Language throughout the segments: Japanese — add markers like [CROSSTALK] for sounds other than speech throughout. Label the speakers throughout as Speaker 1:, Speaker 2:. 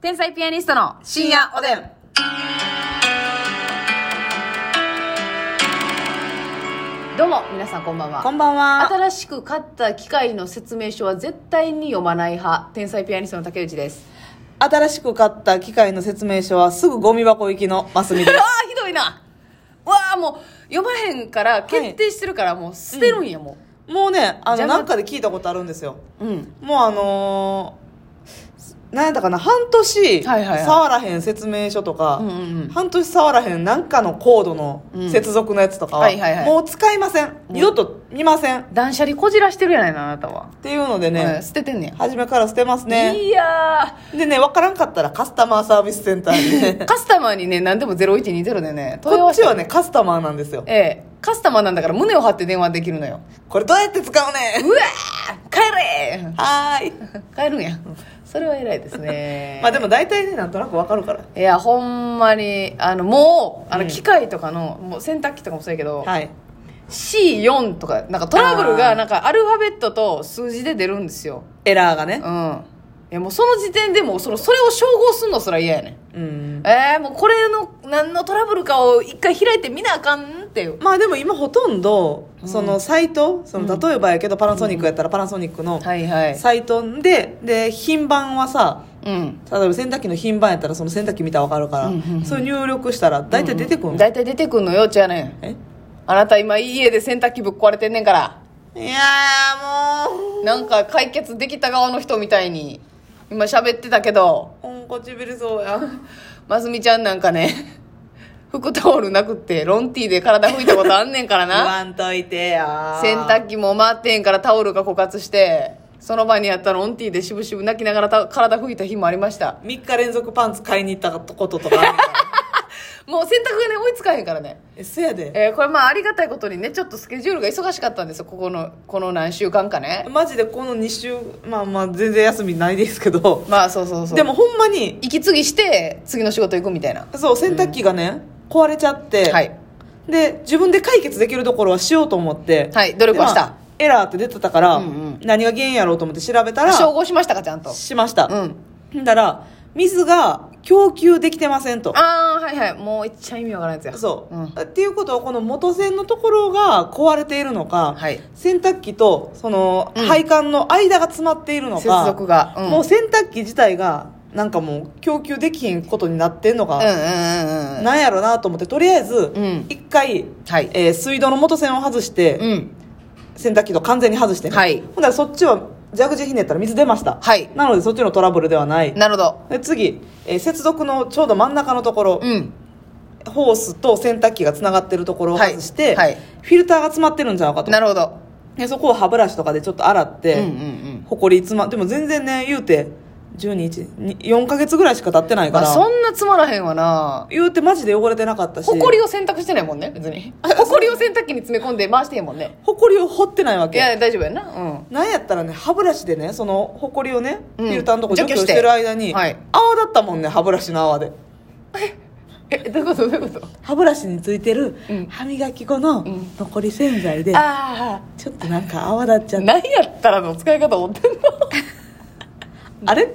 Speaker 1: 天才ピアニストの
Speaker 2: 深夜おでん。
Speaker 1: どうも皆さんこんばんは
Speaker 2: こんばんは。
Speaker 1: 新しく買った機械の説明書は絶対に読まない派天才ピアニストの竹内です
Speaker 2: 新しく買った機械の説明書はすぐゴミ箱行きのマスミ
Speaker 1: うわ
Speaker 2: です。
Speaker 1: ーひどいなうわあもう読まへんから決定してるからもう捨てるんやも
Speaker 2: [LAUGHS] もうね、あ
Speaker 1: じゃ
Speaker 2: の、
Speaker 1: あま
Speaker 2: なんかで聞いたことあるんですよ。
Speaker 1: ううん
Speaker 2: もうあのー、なんやったかな、半年、
Speaker 1: はいはいはい
Speaker 2: 触らへん説明書とか、
Speaker 1: うんうんうん
Speaker 2: 半年触らへんなんかのコードの接続のやつとかは、
Speaker 1: うんはいはいはい
Speaker 2: もう使いません。二度と見ません。っ
Speaker 1: 断捨離こじらしてるやないのあなたは、
Speaker 2: ていうのでね、
Speaker 1: うん捨ててんねや
Speaker 2: 初めから捨てますね。
Speaker 1: いや
Speaker 2: でね、わからんかったらカスタマーサービスセンターにね
Speaker 1: ー
Speaker 2: [LAUGHS]
Speaker 1: カスタマーにね何でも0120でね問い合
Speaker 2: こ
Speaker 1: わ
Speaker 2: っ
Speaker 1: せ
Speaker 2: ち
Speaker 1: て
Speaker 2: はね、カスタマーなんですよ。
Speaker 1: ええカスタマーなんだから胸を張って電話できるのよ
Speaker 2: これどうやって使うねん
Speaker 1: うわー帰れ
Speaker 2: はーい。
Speaker 1: 帰るんやそれは偉いです [LAUGHS] ね
Speaker 2: まあでも大体ね、なんとなくわかるから。
Speaker 1: いやほんまにあのもうあ
Speaker 2: う
Speaker 1: の
Speaker 2: ん
Speaker 1: 機械とかの、もう洗濯機とかもそうやけど、
Speaker 2: はい。
Speaker 1: C4 とかなんかトラブル
Speaker 2: あ
Speaker 1: が
Speaker 2: ー
Speaker 1: なんかアルファベットと数字で出るんですよ
Speaker 2: エラーが
Speaker 1: う
Speaker 2: ね。
Speaker 1: んいやもうその時点でもうそのそれを照合すんのすら嫌やねん
Speaker 2: うん。
Speaker 1: えー、もうこれの何のトラブルかを一回開いてみなあかんっていう
Speaker 2: まあでも今ほとんど、そのサイト、その例えばやけどパナソニックやったらパナソニックの
Speaker 1: はいはい
Speaker 2: サイトで、で、品番はさ、
Speaker 1: うん
Speaker 2: 例えば洗濯機の品番やったらその洗濯機見たらわかるから、
Speaker 1: うんうんうん
Speaker 2: それ入力したら大体出てくるんだ、
Speaker 1: 大体出てくんのよちゃうねん
Speaker 2: え
Speaker 1: あなた今いい家で洗濯機ぶっ壊れてんねんから
Speaker 2: いやーも
Speaker 1: なんか解決できた側の人みたいに今喋ってたけど
Speaker 2: う、うんこちびりそうや。
Speaker 1: ますみちゃんなんかね、 [LAUGHS] 服タオルなくって、ロンティーで体拭いたことあんねんから
Speaker 2: 言
Speaker 1: な。
Speaker 2: わんといてや
Speaker 1: 洗濯機も回ってんからタオルが枯渇して、その場にあったロンティーでしぶしぶ泣きながらた体拭いた日もありました。
Speaker 2: 3日連続パンツ買いに行ったこととかある
Speaker 1: [LAUGHS]
Speaker 2: から。
Speaker 1: もう洗濯がね、追いつかへんからね。
Speaker 2: え、せやで。
Speaker 1: えーこれまあありがたいことにね、ちょっとスケジュールが忙しかったんですよ、ここの、この何週間かね。
Speaker 2: マジでこの2週、まあまあ全然休みないですけど、
Speaker 1: まあそうそうそう。
Speaker 2: で、もほんまに、
Speaker 1: 息継ぎして、次の仕事行くみたいな。
Speaker 2: そう、洗濯機がね、壊れちゃって、
Speaker 1: はい。
Speaker 2: で、自分で解決できるところはしようと思って、
Speaker 1: はい努力はした
Speaker 2: でまあエラーって出てたから、
Speaker 1: うんうん
Speaker 2: 何が原因やろうと思って調べたら、
Speaker 1: 照合しましたか、ちゃんと。
Speaker 2: しました。
Speaker 1: うん。
Speaker 2: んだら、水が供給できてませんと。
Speaker 1: ああ、はいはい。もういっちゃ意味わからんやつや。
Speaker 2: そう、
Speaker 1: うん
Speaker 2: っていうことは、この元栓のところが壊れているのか、
Speaker 1: はい
Speaker 2: 洗濯機と、その、
Speaker 1: うん
Speaker 2: 配管の間が詰まっているのか、
Speaker 1: 接続が。うん
Speaker 2: もう洗濯機自体がなんかもう供給できひんことになってんの
Speaker 1: うんう
Speaker 2: か、
Speaker 1: んうんうん。
Speaker 2: なんやろなと思ってとりあえず
Speaker 1: うん
Speaker 2: 一回、
Speaker 1: はい。
Speaker 2: えー水道の元栓を外して、
Speaker 1: うん。
Speaker 2: 洗濯機と完全に外して、ね
Speaker 1: はい
Speaker 2: ほんならそっちは蛇口ひねったら水出ました、
Speaker 1: はい
Speaker 2: なのでそっちのトラブルではない
Speaker 1: なるほど。
Speaker 2: で次、えー接続のちょうど真ん中のところ、
Speaker 1: うん。
Speaker 2: ホースと洗濯機がつながってるところを外して、
Speaker 1: はいはい
Speaker 2: フィルターが詰まってるんちゃうかと
Speaker 1: なるほど。
Speaker 2: でそこを歯ブラシとかでちょっと洗っ
Speaker 1: うん
Speaker 2: て、
Speaker 1: うんうん。
Speaker 2: ほこり詰までも全然ね言うて12日に4ヶ月ぐらいしか経ってないか
Speaker 1: まあ、
Speaker 2: ら
Speaker 1: そんなつまらへんわな。
Speaker 2: 言うてマジで汚れてなかったし
Speaker 1: ほこりを洗濯してないもんね、別に。ほこりを洗濯機に詰め込んで回してへんもんね。
Speaker 2: ほこりを掘ってないわ
Speaker 1: いや、
Speaker 2: け
Speaker 1: 大丈夫やな。うん。
Speaker 2: なんやったらね歯ブラシでねそのほこりをね、
Speaker 1: うん
Speaker 2: フィルターのとこ除
Speaker 1: 除
Speaker 2: 去
Speaker 1: 去し
Speaker 2: しててる間に、
Speaker 1: はい
Speaker 2: 泡だったもんね歯ブラシの泡で
Speaker 1: え、どういうことどういうこと
Speaker 2: 歯ブラシについてる
Speaker 1: うん
Speaker 2: 歯磨き粉の
Speaker 1: ん
Speaker 2: 残り洗剤で、
Speaker 1: あ
Speaker 2: ちょっとなんか泡立っち
Speaker 1: あ。
Speaker 2: ゃった
Speaker 1: 何やったらの使い方思ってんの
Speaker 2: あれ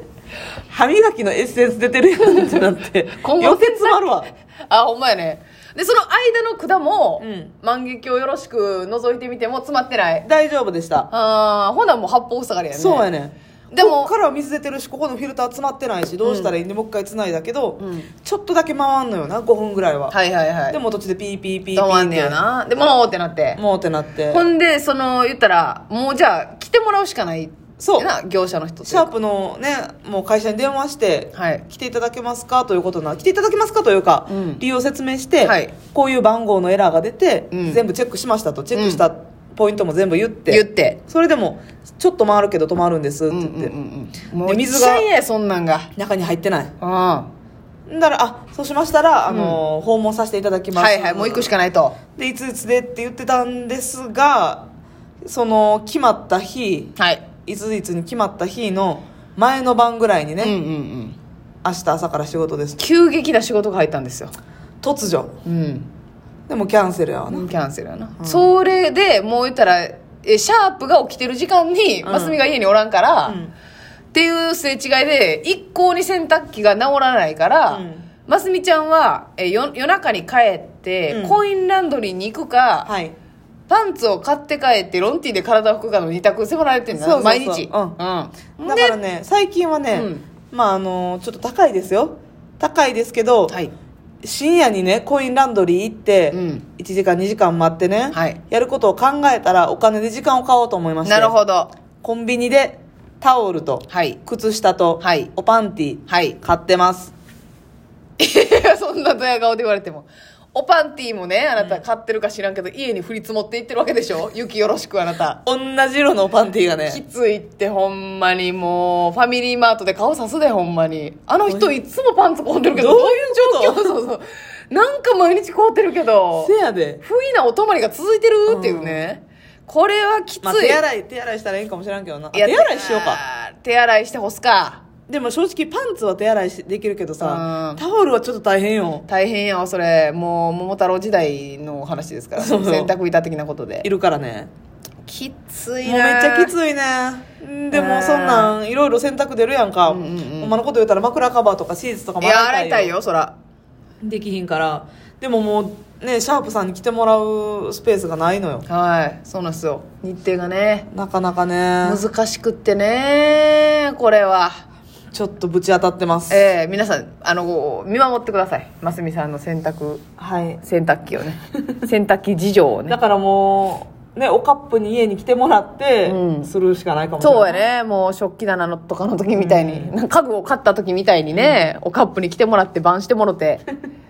Speaker 2: 歯磨きのエッセンス出てるやんってなって
Speaker 1: 今後
Speaker 2: 寄せ詰まるわ
Speaker 1: あ、ほんまやね。で、その間の管も、
Speaker 2: うん
Speaker 1: 万華鏡よろしく覗いてみても詰まってない。
Speaker 2: 大丈夫でした
Speaker 1: ああ、ほなもう八方塞がりやね。
Speaker 2: そうやね
Speaker 1: で
Speaker 2: で
Speaker 1: も
Speaker 2: もこっからは水出てるしここのフィルター詰まってないしどうしたらいいんで、もう一回繋いだけど、
Speaker 1: うん
Speaker 2: ちょっとだけ回んのよな5分ぐらいは、
Speaker 1: はいはいはい。
Speaker 2: でも途中でピーピーピーピ
Speaker 1: 止ま
Speaker 2: ー
Speaker 1: ん
Speaker 2: って
Speaker 1: ねやなでもうってなって
Speaker 2: もうってなって
Speaker 1: ほんでその言ったらもうじゃあ来てもらうしかない
Speaker 2: そう
Speaker 1: な業者の人と
Speaker 2: シャープのねもう会社に電話して、
Speaker 1: はい
Speaker 2: 来ていただけますかということな来ていただけますかというか、
Speaker 1: うん
Speaker 2: 理由を説明して、
Speaker 1: はい
Speaker 2: こういう番号のエラーが出て、
Speaker 1: うん
Speaker 2: 全部チェックしましたとチェックしたポイントも全部言って、
Speaker 1: 言って
Speaker 2: それでもちょっと回るけど止まるんですって
Speaker 1: うんう
Speaker 2: 言
Speaker 1: ん
Speaker 2: って、
Speaker 1: うんうんもう
Speaker 2: で
Speaker 1: 水
Speaker 2: 水
Speaker 1: が
Speaker 2: が
Speaker 1: いやそんなんが
Speaker 2: 中に入ってない
Speaker 1: うんは
Speaker 2: だからあそうしましたら、あの訪問させていただき
Speaker 1: い
Speaker 2: ます
Speaker 1: はいもう行くしかないと
Speaker 2: でいついつでって言ってたんですがその決まった日
Speaker 1: はい
Speaker 2: いついつに決まった日の前の晩ぐらいにね、
Speaker 1: うんうんうん
Speaker 2: 明日朝から仕事です
Speaker 1: 急激な仕事が入ったんですよ
Speaker 2: 突如
Speaker 1: うん
Speaker 2: でもキャンセルやわな、
Speaker 1: キャンセルやな、それでもう言ったらえシャープが起きてる時間に
Speaker 2: うん
Speaker 1: ますみが家におらんから、
Speaker 2: うん
Speaker 1: っていうすれ違いで一向に洗濯機が治らないから、
Speaker 2: うん
Speaker 1: ますみちゃんはえよ夜中に帰って、
Speaker 2: うん
Speaker 1: コインランドリーに行くか、
Speaker 2: はい
Speaker 1: パンツを買って帰ってロンティーで体を拭くかの二択迫られてんだ
Speaker 2: そうそうそう
Speaker 1: 毎日
Speaker 2: うん
Speaker 1: うん
Speaker 2: だからね最近はね、
Speaker 1: うん
Speaker 2: まああのちょっと高いですよ高いですけど、
Speaker 1: はい
Speaker 2: 深夜にねコインランドリー行って、
Speaker 1: うん
Speaker 2: 1時間2時間待ってね、
Speaker 1: はい
Speaker 2: やることを考えたらお金で時間を買おうと思いまして
Speaker 1: なるほど [LAUGHS]
Speaker 2: コンビニでタオルと
Speaker 1: はい
Speaker 2: 靴下と、
Speaker 1: はい
Speaker 2: おパンティ
Speaker 1: はい
Speaker 2: 買ってます
Speaker 1: そんなドヤ顔で言われてもおパンティーもねあなた買ってるか知らんけど、家に降り積もっていってるわけでしょ雪よろしくあなた
Speaker 2: 同じ色のおパンティが
Speaker 1: き
Speaker 2: ね
Speaker 1: ついってほんまにもうファミリーマートで顔さすでほんまにあの人いつもパンツ凍ってるけど
Speaker 2: どういう
Speaker 1: 状況そうそうなんか毎日凍ってるけど
Speaker 2: [LAUGHS] せやで、
Speaker 1: 不意なお泊まりが続いてるっていうね、これはきつい、
Speaker 2: まあ、手洗い手洗いしたらいいかもしれんけどなあ
Speaker 1: や
Speaker 2: 手洗いしようか
Speaker 1: あー手洗いして干すか
Speaker 2: でも正直パンツは手洗いしできるけど
Speaker 1: う
Speaker 2: さ
Speaker 1: ん
Speaker 2: タオルはちょっと大変よ
Speaker 1: 大変やわそれもう桃太郎時代の話ですから
Speaker 2: そうそう
Speaker 1: 洗濯板的なこと
Speaker 2: い
Speaker 1: で
Speaker 2: るからね
Speaker 1: きつい
Speaker 2: もうめっちゃきついねんで
Speaker 1: ね
Speaker 2: もそんなんいろいろ洗濯出るやんか、
Speaker 1: んうんうん
Speaker 2: ほんまのこと言うたら枕カバーとかシーツとか
Speaker 1: い
Speaker 2: も
Speaker 1: や
Speaker 2: 洗
Speaker 1: 洗
Speaker 2: い
Speaker 1: い
Speaker 2: た
Speaker 1: た
Speaker 2: い
Speaker 1: い
Speaker 2: よ
Speaker 1: よそら
Speaker 2: できひんからでももうねシャープさんに来てもらうスペースがないのよ
Speaker 1: はいそうなんですよ日程がね
Speaker 2: なかなかね
Speaker 1: 難しくってねこれは
Speaker 2: ちょっとぶち当たってます
Speaker 1: ええ皆さんあの見守ってくださいますみさんの洗濯
Speaker 2: はい
Speaker 1: 洗濯機をね洗濯機事情をね
Speaker 2: だからもうねおカップに家に来てもらって、
Speaker 1: うん
Speaker 2: するしかないかもしれない
Speaker 1: そうやねもう食器棚のとかの時みたいに、なんか家具を買った時みたいにね、おカップに来てもらって晩してもろて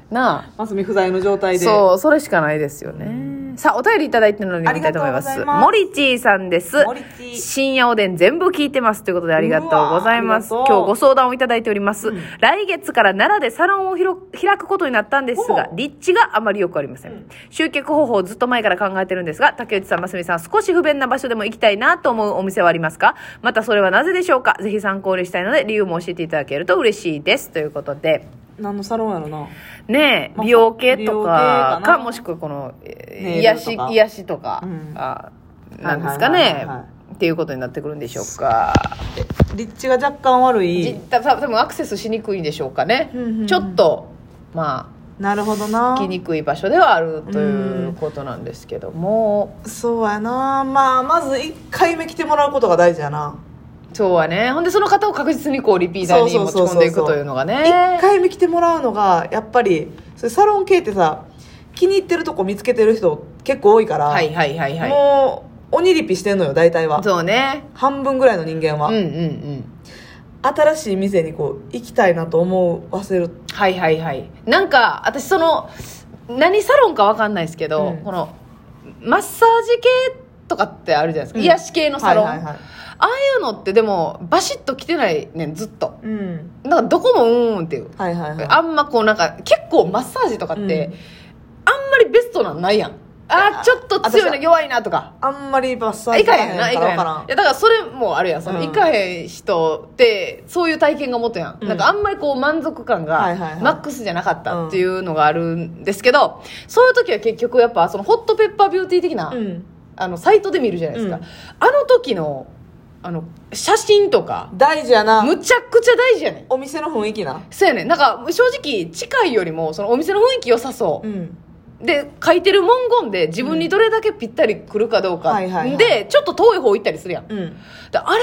Speaker 1: な
Speaker 2: マスミ不在の状
Speaker 1: あ
Speaker 2: 態で
Speaker 1: そうそれしかないですよね、さあお便りいただいてるので見たいと思いま
Speaker 2: あり
Speaker 1: す
Speaker 2: がとうございます
Speaker 1: モリチーさんです
Speaker 2: モリチー
Speaker 1: 深夜おでん全部聞いてますということでありがとうございます
Speaker 2: う
Speaker 1: 今
Speaker 2: わありがとう
Speaker 1: 日ご相談をいただいております、来月から奈良でサロンをひろ開くことになったんですが
Speaker 2: ほう
Speaker 1: 立地があまりよくありません、集客方法をずっと前から考えてるんですが竹内さん真澄さん少し不便な場所でも行きたいなと思うお店はありますかまたそれはなぜでしょうかぜひ参考にしたいので理由も教えていただけると嬉しいですということで
Speaker 2: 何のサロンやろな
Speaker 1: ねえ
Speaker 2: まあ
Speaker 1: 美容系と
Speaker 2: 美容
Speaker 1: か
Speaker 2: 系
Speaker 1: か
Speaker 2: かな
Speaker 1: もしくはこのえー
Speaker 2: ネイル
Speaker 1: 癒し
Speaker 2: とか
Speaker 1: 癒しとか、
Speaker 2: うん
Speaker 1: あなんですかね、
Speaker 2: はいはいはいはい
Speaker 1: っていうことになってくるんでしょうか
Speaker 2: 立地が若干悪
Speaker 1: じ
Speaker 2: い
Speaker 1: た多分アクセスしにくいんでしょうかね、
Speaker 2: うんうんうん
Speaker 1: ちょっとま
Speaker 2: なるほどな
Speaker 1: あ行きにくい場所ではあるということなんですけども、
Speaker 2: そうやなまあまず1回目来てもらうことが大事やな
Speaker 1: そうはねほんでその方を確実にこうリピーターに
Speaker 2: そう
Speaker 1: 持ち
Speaker 2: そうそうそう
Speaker 1: 込んでいくというのがね
Speaker 2: 1回目来てもらうのがやっぱりそれサロン系ってさ気に入ってるとこ見つけてる人結構多いから、
Speaker 1: はいはいはいはい
Speaker 2: もう鬼リピしてんのよ大体は
Speaker 1: そうね
Speaker 2: 半分ぐらいの人間は、
Speaker 1: うんうんうん
Speaker 2: 新しい店にこう行きたいなと思わせる
Speaker 1: はいはいはいなんか私その何サロンかわかんないですけど、
Speaker 2: うん
Speaker 1: このマッサージ系とかってあるじゃないですか、
Speaker 2: うん
Speaker 1: 癒し系のサロン、
Speaker 2: はいはいはい
Speaker 1: ああいうのってでもバシッと来てないねんずっと
Speaker 2: うん
Speaker 1: だからどこもうーんっていう
Speaker 2: はいはいはい
Speaker 1: あんまこうなんか結構マッサージとかって、
Speaker 2: うん
Speaker 1: あんまりベストなんないやんあーちょっと強いな
Speaker 2: 私は
Speaker 1: 弱いなとか
Speaker 2: あんまりバッサー
Speaker 1: い
Speaker 2: ジ
Speaker 1: かへんな
Speaker 2: 行
Speaker 1: い
Speaker 2: か
Speaker 1: か
Speaker 2: へ
Speaker 1: へ
Speaker 2: ん
Speaker 1: んな
Speaker 2: からわ
Speaker 1: いやだからそれもあるやんその、
Speaker 2: うん
Speaker 1: いかへん人ってそういう体験が元やん、
Speaker 2: うん
Speaker 1: なんかあんまりこう満足感
Speaker 2: は
Speaker 1: が
Speaker 2: いはいはい
Speaker 1: マックスじゃなかったっていうのがあるんですけど、そういう時は結局やっぱそのホットペッパービューティー的な、
Speaker 2: からんうん
Speaker 1: あのサイトで見るじゃないですか、
Speaker 2: うん
Speaker 1: あの時のあの写真とか
Speaker 2: 大事やな
Speaker 1: むちゃくちゃ大事やねん
Speaker 2: お店の雰囲気な
Speaker 1: そうやねんなんか正直近いよりもそのお店の雰囲気良さそう、
Speaker 2: ん
Speaker 1: で書いてる文言で自分にどれだけぴったりくるかどうか、
Speaker 2: うんはいはいはい
Speaker 1: でちょっと遠い方行ったりするやんで
Speaker 2: うん
Speaker 1: あれ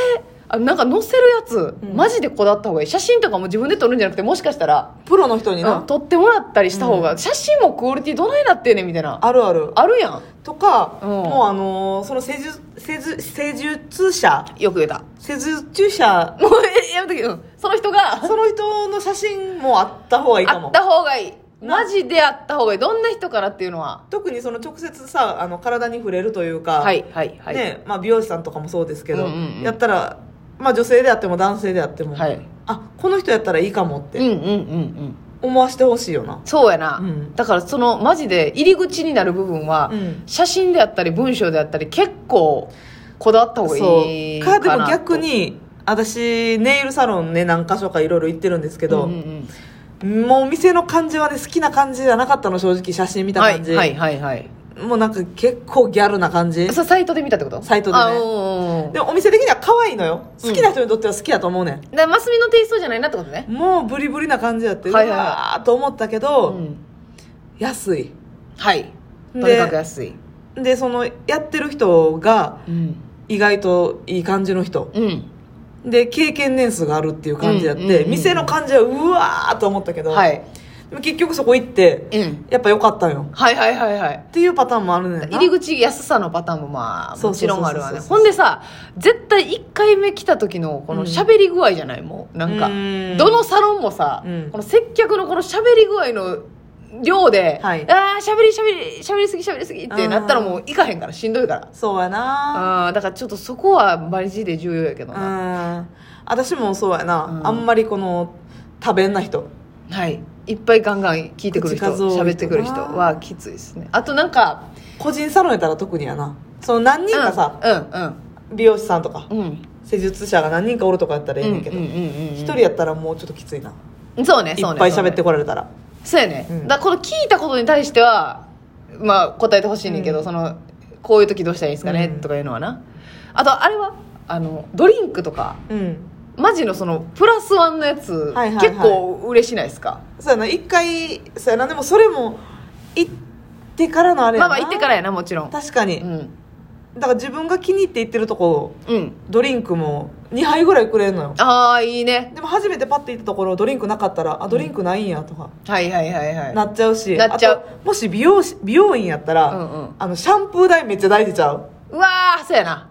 Speaker 1: あなんか載せるやつ、
Speaker 2: うん
Speaker 1: マジでこだわった方がいい写真とかも自分で撮るんじゃなくてもしかしたら、
Speaker 2: プロの人にな、
Speaker 1: うん撮ってもらったりした方が、写真もクオリティどないなってんねんみたいなあ
Speaker 2: あるある
Speaker 1: るやん
Speaker 2: とか、
Speaker 1: うん
Speaker 2: もうあのーその施術施術施術者
Speaker 1: よく言えた
Speaker 2: 施術者
Speaker 1: もうえやめとき、うん、その人が
Speaker 2: その人の写真もあった方がいいか
Speaker 1: あ
Speaker 2: も
Speaker 1: った方がいい
Speaker 2: な
Speaker 1: マジであった方がいいどんな人からっていうのは
Speaker 2: 特にその直接さあの体に触れるというか、
Speaker 1: はいはいはい、
Speaker 2: ねまあ、美容師さんとかもそうですけど、
Speaker 1: うんうんうん
Speaker 2: やったら、まあ、女性であっても男性であっても、
Speaker 1: はい
Speaker 2: あこの人やったらいいかもっ
Speaker 1: うんう
Speaker 2: て
Speaker 1: んうんうん
Speaker 2: 思わせてほしいよな、
Speaker 1: そうやな、
Speaker 2: うん
Speaker 1: だからそのマジで入り口になる部分は、
Speaker 2: うん
Speaker 1: 写真であったり文章であったり結構こだわった方がいい
Speaker 2: か
Speaker 1: かな
Speaker 2: でも逆
Speaker 1: に
Speaker 2: に私ネイルサロンね何箇所かいろいろ行ってるんですけど、
Speaker 1: うんうん
Speaker 2: もう店の感じはね好きな感じじゃなかったの正直写真見た
Speaker 1: はい
Speaker 2: 感じ、
Speaker 1: はいはいはい
Speaker 2: もうなんか結構ギャルな感じ
Speaker 1: そうサイトで見たってこと
Speaker 2: サイトでね
Speaker 1: あおー
Speaker 2: でもお店的には可愛いのよ好きな人にとっては好きやと思うねん、
Speaker 1: だからマスミのテイストじゃないなってことね
Speaker 2: もうブリブリな感じやって、
Speaker 1: は
Speaker 2: はい
Speaker 1: はいはいう
Speaker 2: わーと思ったけど、
Speaker 1: うん
Speaker 2: 安い
Speaker 1: はいと
Speaker 2: で
Speaker 1: にかく安い
Speaker 2: でそのやってる人が
Speaker 1: うん
Speaker 2: 意外といい感じの人
Speaker 1: うん
Speaker 2: で経験年数があるっていう感じやって、
Speaker 1: うんうんうんうん
Speaker 2: 店の感じはうわーと思ったけど、
Speaker 1: はい
Speaker 2: でも結局そこ行って
Speaker 1: うん
Speaker 2: やっぱ良かったんよ
Speaker 1: はいはいはいはい
Speaker 2: っていうパターンもあるねんな
Speaker 1: 入り口安さのパターンもまあ
Speaker 2: そ
Speaker 1: も
Speaker 2: う
Speaker 1: ち
Speaker 2: そうそう
Speaker 1: ろ
Speaker 2: そうん
Speaker 1: あるわね
Speaker 2: そうそうそう
Speaker 1: ほんでさ絶対1回目来た時のこ
Speaker 2: う
Speaker 1: の
Speaker 2: ん
Speaker 1: 喋り具合じゃないもうなんか
Speaker 2: うん
Speaker 1: どのサロンもさ、
Speaker 2: うん
Speaker 1: この接客のこの喋り具合の量で、
Speaker 2: はい
Speaker 1: ああ喋り喋り喋りすぎ喋りすぎってなったらもう行かへんからしんどいから
Speaker 2: そうやな
Speaker 1: あーだからちょっとそこはマジで重要やけど
Speaker 2: う
Speaker 1: な、
Speaker 2: ん私もそうやな、
Speaker 1: うん
Speaker 2: あんまりこの食べんな人
Speaker 1: はいいっぱいガンガン聞いてくる人
Speaker 2: 口数多い人な
Speaker 1: 喋ってくる人はきついですねあとなんか
Speaker 2: 個人サロンやったら特にやなその何人かさ、美容師さんとか
Speaker 1: うんうんうん
Speaker 2: 施術者が何人かおるとかやったらええねんけど
Speaker 1: うん
Speaker 2: 一、
Speaker 1: うんうんうんうん
Speaker 2: 人やったらもうちょっときついな、
Speaker 1: そうね
Speaker 2: い
Speaker 1: そうね
Speaker 2: っぱい喋っ
Speaker 1: そうね
Speaker 2: てこられたら
Speaker 1: そうやね、
Speaker 2: うん
Speaker 1: だからこの聞いたことに対してはまあ答えてほしいねんけど、
Speaker 2: うん
Speaker 1: そのこういう時どうしたらいいですかね、
Speaker 2: うん
Speaker 1: とかいうのはなあとあれはあのドリンクとか
Speaker 2: うん
Speaker 1: マジのそのプラスワンのやつ、
Speaker 2: はいはいはい
Speaker 1: 結構嬉しないですか
Speaker 2: そうやな一回そうやなでもそれも行ってからのあれ
Speaker 1: ま
Speaker 2: やな
Speaker 1: あまあ行ってからやなもちろん
Speaker 2: 確かに、
Speaker 1: うん
Speaker 2: だから自分が気に入って行ってるとこ
Speaker 1: うん
Speaker 2: ドリンクも2杯ぐらいくれるのよ
Speaker 1: ああいいね
Speaker 2: でも初めてパッて行ったところドリンクなかったらあドリンクないんやとか、
Speaker 1: はいはいはいはい
Speaker 2: なっちゃうし
Speaker 1: なっちゃう
Speaker 2: あともし美容師美容院やったら、
Speaker 1: うんうん
Speaker 2: あのシャンプー代めっちゃ大事ちゃう
Speaker 1: うわーそうやな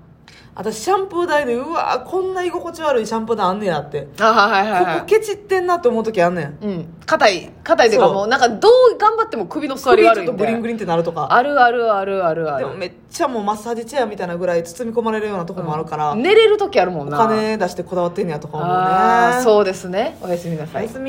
Speaker 2: 私シャンプー台でうわーこんな居心地悪いシャンプー台あんねやって
Speaker 1: あーはいはいはい
Speaker 2: ここケチってんなと思う時あんねん
Speaker 1: うん硬い硬いというか
Speaker 2: そう
Speaker 1: もうなんかどう頑張っても首の座り
Speaker 2: 首ち
Speaker 1: 悪
Speaker 2: ょっ
Speaker 1: い
Speaker 2: と
Speaker 1: ん
Speaker 2: グリング
Speaker 1: で
Speaker 2: リンってなるとか
Speaker 1: あるあるあるあるあ
Speaker 2: で
Speaker 1: る
Speaker 2: もめっちゃもうマッサージチェアみたいなぐらい包み込まれるようなとこもあるから、
Speaker 1: 寝れる時あるもん
Speaker 2: お
Speaker 1: な
Speaker 2: 金出してこだわってんねやとか思うね
Speaker 1: ああーそうですねおやすみなさ
Speaker 2: お
Speaker 1: い
Speaker 2: やすみ